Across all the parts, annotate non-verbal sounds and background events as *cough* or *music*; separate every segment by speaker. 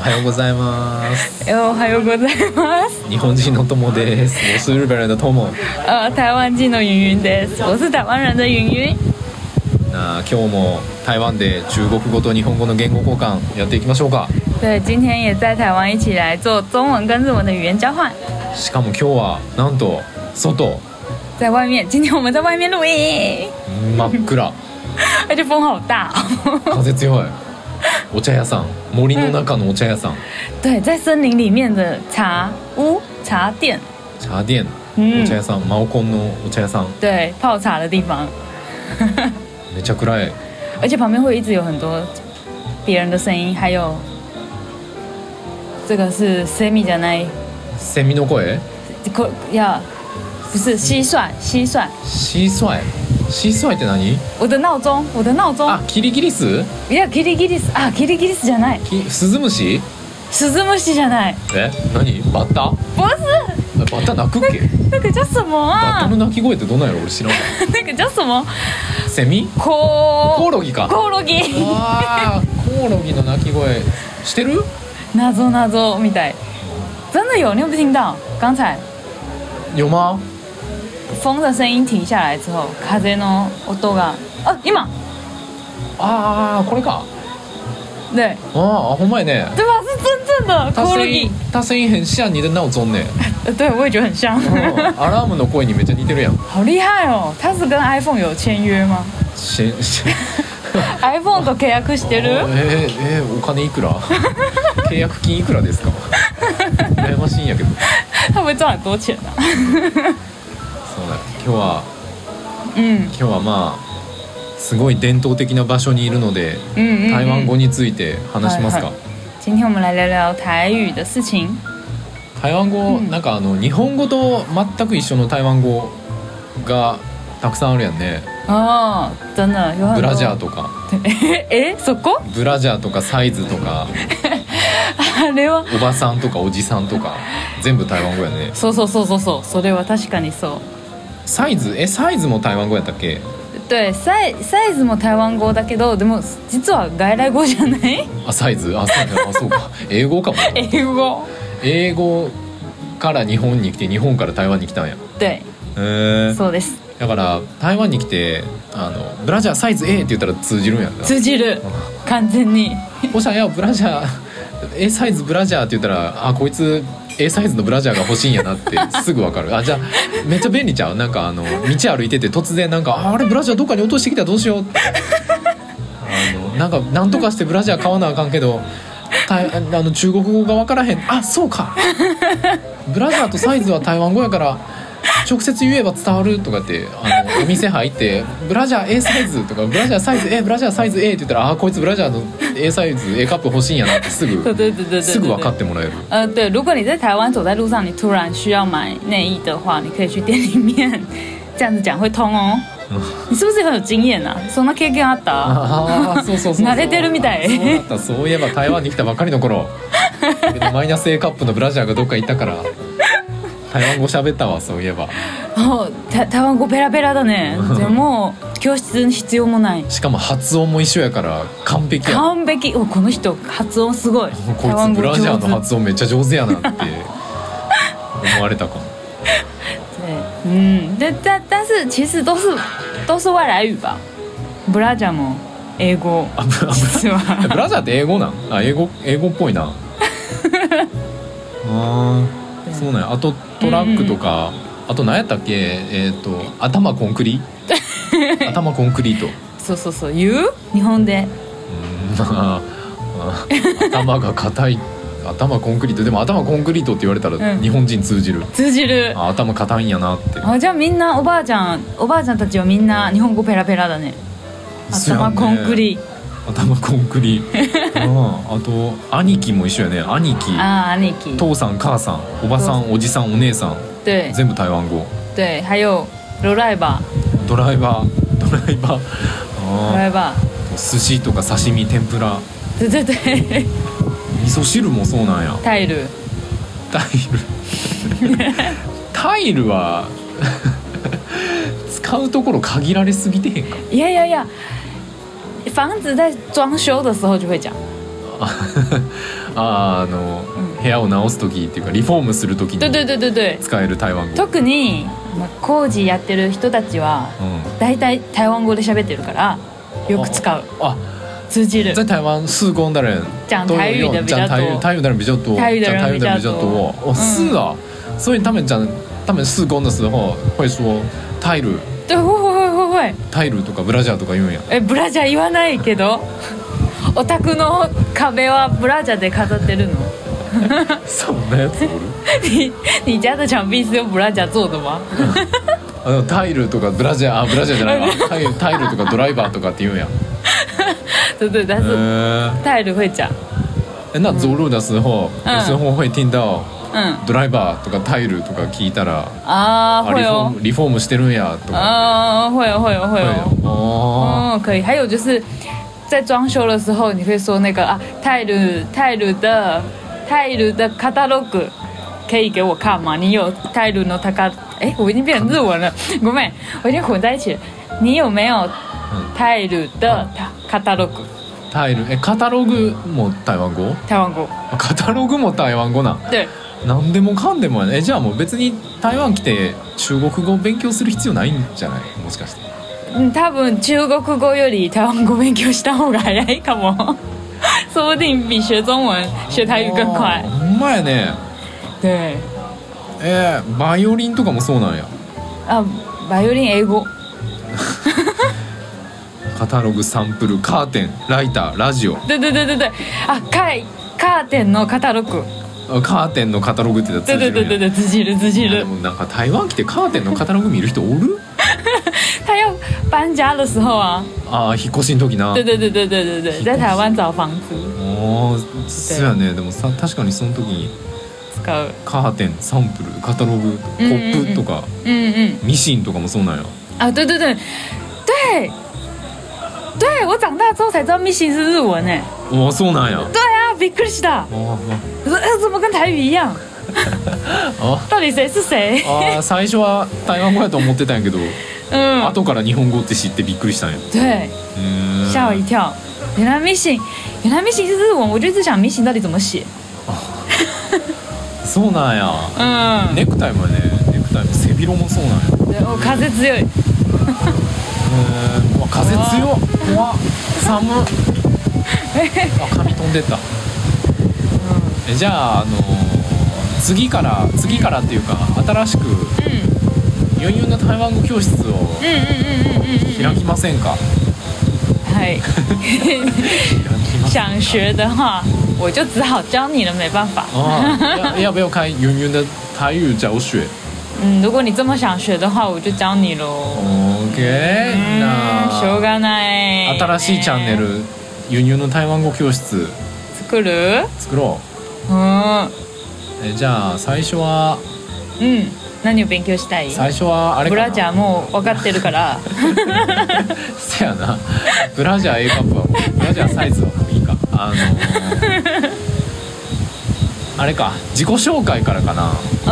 Speaker 1: はようございます。
Speaker 2: えおはようござい *laughs* ます。
Speaker 1: 日本人の友です。我是日本人的 Tomo。
Speaker 2: あ、呃台湾人の云云です。我是台湾人的云云。
Speaker 1: 那今日も台湾で中国語と日本語の言語交換やっていきましょうか。
Speaker 2: 对，今天也在台湾一起来做中文跟日文的语言交换，
Speaker 1: しかも今日はなんと外
Speaker 2: 在外面。今天我们在外面录音，
Speaker 1: 真っ暗、
Speaker 2: 而且风好大、 *laughs* 哦。
Speaker 1: 風強い。お茶屋さん、森の中のお茶屋さん、
Speaker 2: 对，在森林里面的茶屋、茶店，
Speaker 1: 茶店、
Speaker 2: 嗯
Speaker 1: お茶屋さん、マオコンのお茶屋さん、
Speaker 2: 对，泡茶的地方，
Speaker 1: めちゃ暗い。
Speaker 2: 而且旁边会一直有很多别人的声音，还有这个是 semi 的那一，
Speaker 1: セミの声？
Speaker 2: こ要不是蟋蟀，蟋蟀。
Speaker 1: シーソイ、シーソイって何？
Speaker 2: 我的闹钟，我的闹钟。
Speaker 1: あ、キリギリス？
Speaker 2: いやギリギリスあギリギリスじゃない
Speaker 1: きスズムシ？
Speaker 2: スズムシじゃない
Speaker 1: え、何？バッタ？
Speaker 2: ボス
Speaker 1: バッタ鳴くっけ？
Speaker 2: 那个叫什么
Speaker 1: バッタ
Speaker 2: 啊
Speaker 1: の？鳴き声ってどんなんやろ俺知らんわ
Speaker 2: 那个叫什么？
Speaker 1: セミコオ
Speaker 2: コ
Speaker 1: ロギか
Speaker 2: コオロギ。
Speaker 1: わあコオロギの鳴き声してる
Speaker 2: 謎謎みたい。真的有，你有没有听到？刚才
Speaker 1: よま
Speaker 2: 风的声音停下来之后，風の音が、あ、今、
Speaker 1: あーこれか
Speaker 2: 对，
Speaker 1: あーほんまやね
Speaker 2: 对吧？是真正的
Speaker 1: 他
Speaker 2: コオロ
Speaker 1: 声
Speaker 2: ギ
Speaker 1: 音。他声音很像你的闹钟呢
Speaker 2: 呃对，我也觉得很像
Speaker 1: う。んアラームの声にめっちゃ似てるやん
Speaker 2: 好厉害哦！他是跟 iPhone 有签约吗
Speaker 1: しし
Speaker 2: ？iPhone と契約して
Speaker 1: え
Speaker 2: る？
Speaker 1: ーえーお金いくら契約金いくらですか羨ましいんやけど
Speaker 2: 他会赚很多钱的、啊。
Speaker 1: そうだ今日は
Speaker 2: 嗯
Speaker 1: 今日はまあすごい伝統的な場所にいるので
Speaker 2: 嗯嗯。
Speaker 1: 台湾
Speaker 2: 嗯
Speaker 1: 語について話しますか、
Speaker 2: はいは今天我们来聊聊台语的事情。
Speaker 1: 台湾語、
Speaker 2: うん
Speaker 1: なんかあの日本語と全く一緒の台湾語がたくさんあるやんね
Speaker 2: 哦，真的有很多。
Speaker 1: ブラジャーとか
Speaker 2: え、 *laughs* え、そこ？
Speaker 1: ブラジャーとかサイズとか
Speaker 2: あれは。
Speaker 1: おばさんとかおじさんとか全部台湾語やね
Speaker 2: そうそうそうそうそう。それは確かにそ
Speaker 1: サイズえサイズも台湾語やったっけ
Speaker 2: う。对、サイサイズも台湾語だけど、でも実は外来語じゃない？
Speaker 1: あサイズあサイズあそうか英語かも
Speaker 2: *laughs* 英語。
Speaker 1: 英語から日本に来て日本から台湾に来たんやへ
Speaker 2: 对、
Speaker 1: え
Speaker 2: そうです。
Speaker 1: だから台湾に来てあのブラジャーサイズ A って言ったら通じるんやんな
Speaker 2: 通じる。完全に。
Speaker 1: おしゃやブラジャー A サイズブラジャーって言ったらあこいつ A サイズのブラジャーが欲しいんやなってすぐわかるあじゃあめっちゃ便利ちゃうなんかあの道歩いてて突然なんかああれブラジャーどっかに落としてきたどうしようってあのなんかなんとかしてブラジャー買わなあかんけどたあの中国語がわからへんあそうかブラジャーとサイズは台湾語やから直接言えば伝わるとかってあのお店入って「ブラジャー A サイズ」とか「ブラジャーサイズ A ブラジャーサイズ A」って言ったら「あーこいつブラジャーの A サイズ A カップ欲しいんやな」ってす
Speaker 2: 对
Speaker 1: ぐ
Speaker 2: 对对对对。
Speaker 1: すぐ分かってもらえる
Speaker 2: 呃，对，如果你在台湾走在路上，你突然需要买内衣的话，你可以去店里面， *laughs* 这样子讲会
Speaker 1: *laughs*
Speaker 2: 通哦。你是不是很有经验啊？そんな経験あった？
Speaker 1: ああそうそうそう
Speaker 2: 慣れてるみたい
Speaker 1: そうだったそういえば台湾に来たばかりの
Speaker 2: *laughs*
Speaker 1: 頃俺のマイナス A カップのブラジャーがどっか行ったから台湾語喋ったわそういえば
Speaker 2: 哦，台台湾語ペラペラだね。でも教室に必要もない。
Speaker 1: しかも発音も一緒やから完璧や
Speaker 2: 完璧。おこの人発音すごい。
Speaker 1: こい
Speaker 2: 台湾
Speaker 1: つ
Speaker 2: 語
Speaker 1: ブラジャーの
Speaker 2: 上手。
Speaker 1: 発音めっちゃ上手やなって思われ
Speaker 2: *laughs*
Speaker 1: たかも
Speaker 2: 对，嗯，但但但是其实都是都是外来语吧。ブラジャーも英語
Speaker 1: あぶあ
Speaker 2: 実は。
Speaker 1: ぶブラジャーって英語なんあ英語英語っぽいな *laughs* あーそうなんやあとトラックとか、あと何やったっけえっ、と頭コンク
Speaker 2: *laughs*
Speaker 1: リ頭コンクリート
Speaker 2: そうそうそう。言う？日本で。
Speaker 1: うんまああ頭が硬い頭コンクリートでも頭コンクリートって言われたら
Speaker 2: うん
Speaker 1: 日本人通じる、
Speaker 2: 通じる。
Speaker 1: あ頭硬いんやなって
Speaker 2: あじゃあみんなおばあちゃんおばあちゃんたちはみんな日本語ペラペラだね
Speaker 1: そうや
Speaker 2: 頭
Speaker 1: んね
Speaker 2: コンクリ、
Speaker 1: 頭コンク *laughs* リうんあと兄貴も一緒やね兄貴
Speaker 2: ああ兄貴
Speaker 1: 父さん母さんおばさんおじさんお姉さん
Speaker 2: 对
Speaker 1: 全部台湾語
Speaker 2: 对还有ロライバ
Speaker 1: ドライバードライバー
Speaker 2: ーロ
Speaker 1: あ
Speaker 2: ライバー
Speaker 1: ー寿司とか刺身天ぷら
Speaker 2: 对对对
Speaker 1: 味噌汁もそうなんや
Speaker 2: タイル
Speaker 1: タイル *laughs* タイルは *laughs* 使うところ限られすぎてへん *laughs* か
Speaker 2: いやいやいや房子在装修的时候就会讲
Speaker 1: ああーあの、
Speaker 2: うん
Speaker 1: 部屋を直す時っていうかリフォームする時
Speaker 2: 对对
Speaker 1: に
Speaker 2: 对对对，
Speaker 1: 使える台湾語
Speaker 2: 特にまあ工事やってる人たちは
Speaker 1: うん、
Speaker 2: 大体台湾語で喋ってるからよく使う
Speaker 1: あ
Speaker 2: 通じる。
Speaker 1: 在台湾是工的人
Speaker 2: 讲
Speaker 1: 都
Speaker 2: 台
Speaker 1: 有
Speaker 2: 语的
Speaker 1: 用
Speaker 2: 比
Speaker 1: 讲
Speaker 2: 较
Speaker 1: 台语，
Speaker 2: 多，
Speaker 1: 台语的人比较多，
Speaker 2: 台语的人
Speaker 1: 讲台语的人
Speaker 2: 比
Speaker 1: 比较
Speaker 2: 较多
Speaker 1: 多。哦，是啊，所以他们讲他们施工的时候会说タイル、
Speaker 2: 对，会会会会会。
Speaker 1: タイルとかブラジャーとか言うんや。
Speaker 2: えブラジャー言わないけど、 *laughs* お宅の壁はブラジャーで飾ってるの？ *laughs*
Speaker 1: そんなやつおる？
Speaker 2: 你你家的墙壁是用ブラジャー做的吗？
Speaker 1: あのタイルとかブラジャー、あブラジャーじゃないわ。タイルタイルとかドライバーとかって言うんや。
Speaker 2: 对对，但
Speaker 1: へ
Speaker 2: 是
Speaker 1: ー
Speaker 2: 泰鲁会讲，
Speaker 1: え、那走路的时候，
Speaker 2: うん
Speaker 1: 有时候会听到
Speaker 2: 嗯
Speaker 1: ドライバーとかタイルとか聞いたら、
Speaker 2: 啊，
Speaker 1: あリフ
Speaker 2: 会
Speaker 1: ォ
Speaker 2: 哦
Speaker 1: ー，ムリフォームしてるんやとか。
Speaker 2: 啊，会哦，会哦，会
Speaker 1: 会
Speaker 2: 哦。
Speaker 1: 哦，
Speaker 2: 哦，可以。还有就是在装修的时候，你可以说那个啊，泰鲁泰鲁的泰鲁的 catalog 可以给我看吗？你有泰鲁の t a c a 哎，我已经变成日文了，ごめん，我已经混在一起了。你有没有泰鲁的 catalog
Speaker 1: タイル、え、カタログも台湾語？
Speaker 2: 台湾語？
Speaker 1: カタログも台湾語なん
Speaker 2: 对，
Speaker 1: 何でもかんでもやねえじゃあもう別に台湾来て中国語を勉強する必要ないんじゃないもしかして
Speaker 2: 嗯，多分中国語より台湾語勉強した方が早いかも。说不定比学中文、学台语更
Speaker 1: あ。
Speaker 2: 快
Speaker 1: ーほんまやね
Speaker 2: 对，
Speaker 1: えー、バイオリンとかもそうなんや
Speaker 2: 啊，バイオリン英語。
Speaker 1: カタログサンプルカーテンライターラジオ
Speaker 2: 对对对对对，啊，カイカーテンのカタログ。
Speaker 1: あカーテンのカタログってやつ
Speaker 2: 对对对对对，自己人自己
Speaker 1: で
Speaker 2: 人。
Speaker 1: もなんか台湾来てカーテンのカタログ見る人おる
Speaker 2: 他要搬家的时候啊，
Speaker 1: あー引っ越しの時な
Speaker 2: 对对对对对对对，在台湾找房子
Speaker 1: おーそうやねでもさ確かにその時に
Speaker 2: 使う。
Speaker 1: カーテンサンプルカタログコップとか
Speaker 2: 嗯嗯，
Speaker 1: ミシンとかもそうなんや
Speaker 2: 啊，对对对对。对我长大之后才知道 “mission” 是日文诶，
Speaker 1: おーそうなんや
Speaker 2: 对啊，びっくりした。
Speaker 1: あー
Speaker 2: 我说，呃，怎么跟台语一样？
Speaker 1: あ
Speaker 2: 到底谁是谁？
Speaker 1: あー最初は台湾語やと思ってたんやけど
Speaker 2: 嗯，
Speaker 1: 後から日本語って知ってびっくりしたんやう
Speaker 2: 对，
Speaker 1: ーん
Speaker 2: 吓我一跳。原来 “mission”，原来 “mission” 是日文，我就一直想 “mission” 到底怎么写。
Speaker 1: そうなんや
Speaker 2: 嗯，
Speaker 1: ネクタイもねネクタイも背広もそうなんや
Speaker 2: 对我風強い。
Speaker 1: うーんうわ風強っ怖っ寒っあ髪飛んでったえじゃああのー次から次からっていうか新しく
Speaker 2: 嗯。
Speaker 1: 余裕の台湾語教室を
Speaker 2: 嗯嗯嗯嗯嗯
Speaker 1: 開きませんか
Speaker 2: 嗯，嗨，
Speaker 1: 開きません
Speaker 2: 想学的话，我就只好教你了，没办法。
Speaker 1: ああ要要不要开圆圆的台语教学
Speaker 2: 嗯，如果你这么想学的话，我就教你喽。
Speaker 1: OK
Speaker 2: 嗯，しょう
Speaker 1: な
Speaker 2: がない。
Speaker 1: 新しいチャンネル輸入の台湾語教室
Speaker 2: 作る？
Speaker 1: 作ろ
Speaker 2: うん
Speaker 1: うえじゃあ最初は
Speaker 2: うん。何を勉強したい？
Speaker 1: 最初はあれ
Speaker 2: ブ
Speaker 1: かな
Speaker 2: ラジャーもう分かってるから。
Speaker 1: せやなブラジャー A カップはもうブラジャーサイズはもういいかあのーあれか自己紹介からかな
Speaker 2: 嗯。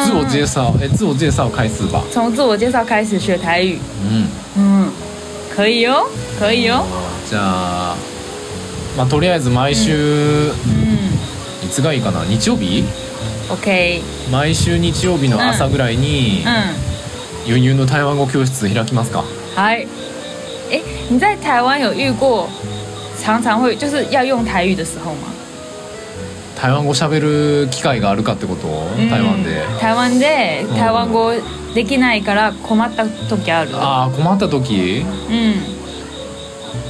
Speaker 1: 自我介绍え自我介绍回数吧
Speaker 2: 从自我介绍开始学台语。
Speaker 1: うん
Speaker 2: 嗯，可以哦，可以哦。
Speaker 1: じゃあまあとりあえず毎週い
Speaker 2: 嗯
Speaker 1: つがいいかな日曜日
Speaker 2: ，OK，
Speaker 1: 毎週日曜日の朝ぐらいに
Speaker 2: 嗯。
Speaker 1: 輸入の台湾語教室開きますか
Speaker 2: 嗨，哎，你在台湾有遇过常常会就是要用台语的时候吗？
Speaker 1: 台湾語喋る機会があるかってこと台湾で、
Speaker 2: 嗯台湾で
Speaker 1: ん
Speaker 2: 台湾語できないから困った時ある。
Speaker 1: ああ困った時
Speaker 2: 嗯，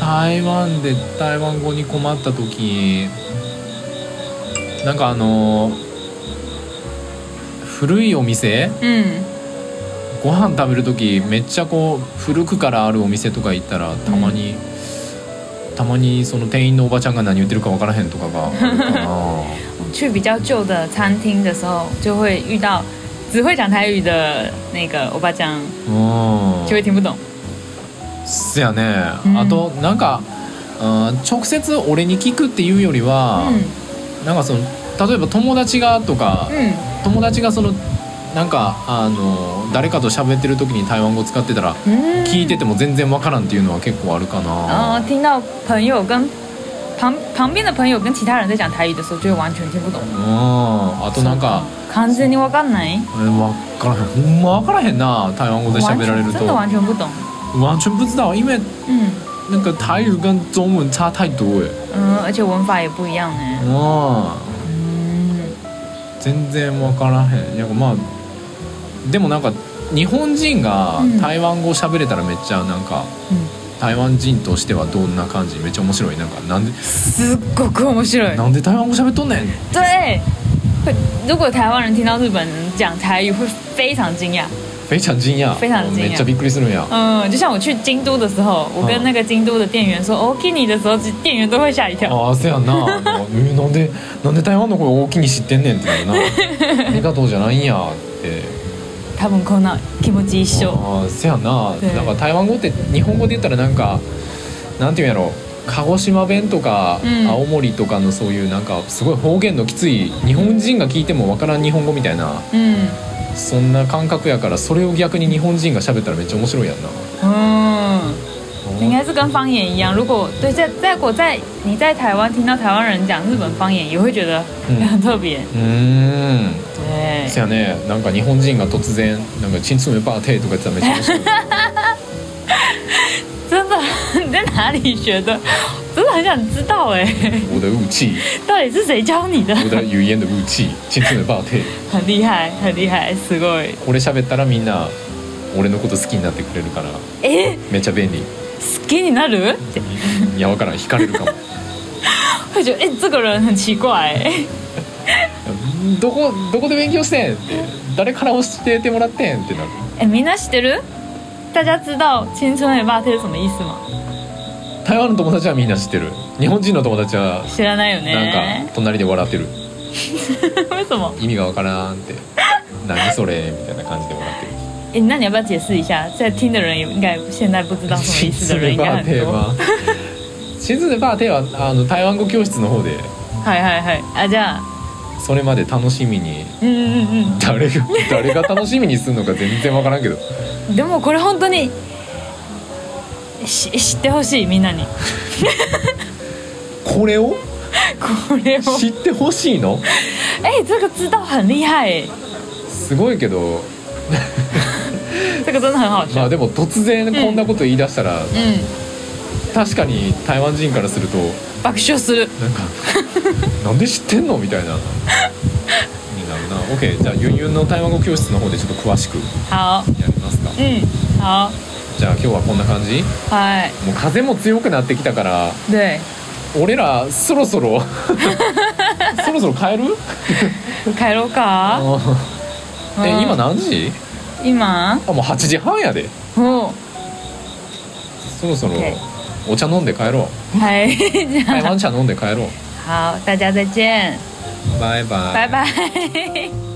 Speaker 1: 台湾で台湾語に困った時なんかあの古いお店
Speaker 2: 嗯
Speaker 1: ご飯食べる時めっちゃこう古くからあるお店とか行ったらたまに、たまにその店員のおばちゃんが何言ってるか分からへんとかがあるかな
Speaker 2: 去比较旧的餐厅的时候，就会遇到只会讲台语的那个欧巴酱，
Speaker 1: うん
Speaker 2: 就会听不懂。
Speaker 1: すやね、
Speaker 2: うん
Speaker 1: あとなんか、うん、直接俺に聞くっていうよりは、
Speaker 2: 嗯
Speaker 1: なんかその例えば友達がとか、
Speaker 2: 嗯
Speaker 1: 友達がそのなんかあの誰かと喋ってる時に台湾語使ってたら、
Speaker 2: 嗯哦
Speaker 1: 聞いてても全然わからんっていうのは結構あるかな。
Speaker 2: 然后听到朋友跟旁旁边的朋友跟其他人在讲台语的时候，就会完全听不懂。
Speaker 1: うんあとなんか
Speaker 2: 完全にわかんない。
Speaker 1: うんわからへんほんま分からへんな台湾語で喋られる
Speaker 2: 真的
Speaker 1: と
Speaker 2: 完全不懂。
Speaker 1: 完全不知道因为
Speaker 2: 嗯
Speaker 1: なんか台语跟中文差太多哎
Speaker 2: 嗯，而且文法也不一样呢。
Speaker 1: うん
Speaker 2: 嗯，
Speaker 1: 全然分からへんいやまあでもなんか日本人が
Speaker 2: うん
Speaker 1: 台湾語喋れたらめっちゃなんか、
Speaker 2: うん
Speaker 1: 台湾人としてはどんな感じめっちゃ面白いなんかなんです
Speaker 2: っごく面白い。
Speaker 1: なんで台湾語喋っとんねん
Speaker 2: 对，会如果台湾人听到日本人讲台语，会非常惊讶。
Speaker 1: 非常惊讶
Speaker 2: 非常惊
Speaker 1: め
Speaker 2: 讶
Speaker 1: っちゃびっくりするんや
Speaker 2: 嗯，就像我去京都的时候，我跟那个京都的店员说“哦 k i n i 的时候，店员都会吓一跳。
Speaker 1: ああせやんなあのえなんでなんで台湾の声大きに知ってんねんってなるなありがとうじゃないんやって
Speaker 2: 他们可能気持ち一緒。
Speaker 1: ああせやんな
Speaker 2: ね
Speaker 1: なんか台湾語って日本語で言ったらなんかなんていうんやろ鹿児島弁とか
Speaker 2: うん
Speaker 1: 青森とかのそういうなんかすごい方言のきつい日本人が聞いてもわからん日本語みたいな
Speaker 2: 嗯
Speaker 1: そんな感覚やからそれを逆に日本人が喋ったらめっちゃ面白いやんな
Speaker 2: 嗯，应该是跟方言一样。如果对在在我在你在台湾听到台湾人讲日本方言，也会觉得
Speaker 1: 嗯
Speaker 2: 很特别。
Speaker 1: うーん
Speaker 2: 对
Speaker 1: そ。やねなんか日本人が突然「なんかチンツムバーテー」とか言ってたらめっちゃ面白い
Speaker 2: 真的？ *laughs* 你在哪里学的？真的很想知道
Speaker 1: *laughs*
Speaker 2: 哎、
Speaker 1: 我的武器
Speaker 2: 到底是谁教你的？ *laughs*
Speaker 1: 我的语言的武器チンツムバーテー
Speaker 2: 很厉害，很厉害，すごい。
Speaker 1: 俺喋ったらみんな俺のこと好きになってくれるから
Speaker 2: え、
Speaker 1: めっちゃ便利
Speaker 2: 好きになる？って
Speaker 1: いやわからん惹かれるかも
Speaker 2: 会觉得哎、这个人很奇 *laughs* 怪、哎
Speaker 1: *laughs* どこどこで勉強してんって誰から教えてもらってんってなる
Speaker 2: 哎、みんな知ってる？大家知道“青春也罢”这是什么意思吗？
Speaker 1: 台湾の友達はみんな知ってる日本人の友達は
Speaker 2: 知らないよ
Speaker 1: なん
Speaker 2: ね
Speaker 1: か。隣で笑ってる
Speaker 2: *laughs* 为什么？
Speaker 1: 意味がわからんって何それみたいな感じで笑ってる
Speaker 2: 哎、那你要不要解释一下？在听的人也应该现在不知道什么意思的人应该
Speaker 1: バー
Speaker 2: 很
Speaker 1: テー
Speaker 2: 多。
Speaker 1: はシンズネバーテーはあの台湾語教室の方で
Speaker 2: 嗨嗨嗨，啊じゃあ、
Speaker 1: それまで楽しみに
Speaker 2: うんうんうん。
Speaker 1: 誰が誰が楽しみにするのか全然わからんけど
Speaker 2: でもこれ本当にし知ってほしいみんなに
Speaker 1: これを
Speaker 2: これを
Speaker 1: 知ってほしいの
Speaker 2: 哎、这个知道很厉害哎，
Speaker 1: すごいけど
Speaker 2: 这个真的很
Speaker 1: ま
Speaker 2: 好笑
Speaker 1: あ。でも突然こんなこと言い出したら、
Speaker 2: 嗯，
Speaker 1: 確かに台湾人からすると
Speaker 2: 爆笑する。
Speaker 1: *laughs* なんかなんで知ってんのみたいな。になるな OK じゃあユンユンの台湾語教室の方でちょっと詳しく
Speaker 2: 好，
Speaker 1: やりますか
Speaker 2: 嗯，好，
Speaker 1: じゃあ今日はこんな感じ
Speaker 2: 嗨，
Speaker 1: もう風も強くなってきたから
Speaker 2: 对，
Speaker 1: 俺らそろそ *laughs* ろそろそろ帰る
Speaker 2: 帰ろうか。
Speaker 1: うん *laughs* え
Speaker 2: うん
Speaker 1: 今何時
Speaker 2: 今、
Speaker 1: あもう8時半やで
Speaker 2: お、
Speaker 1: そろそろ
Speaker 2: OK
Speaker 1: お茶飲んで帰ろ *laughs*
Speaker 2: はい、じ
Speaker 1: う台
Speaker 2: ゃ
Speaker 1: 湾茶飲んで帰ろう
Speaker 2: あ、好，大家再见，
Speaker 1: バイバイ
Speaker 2: 拜拜。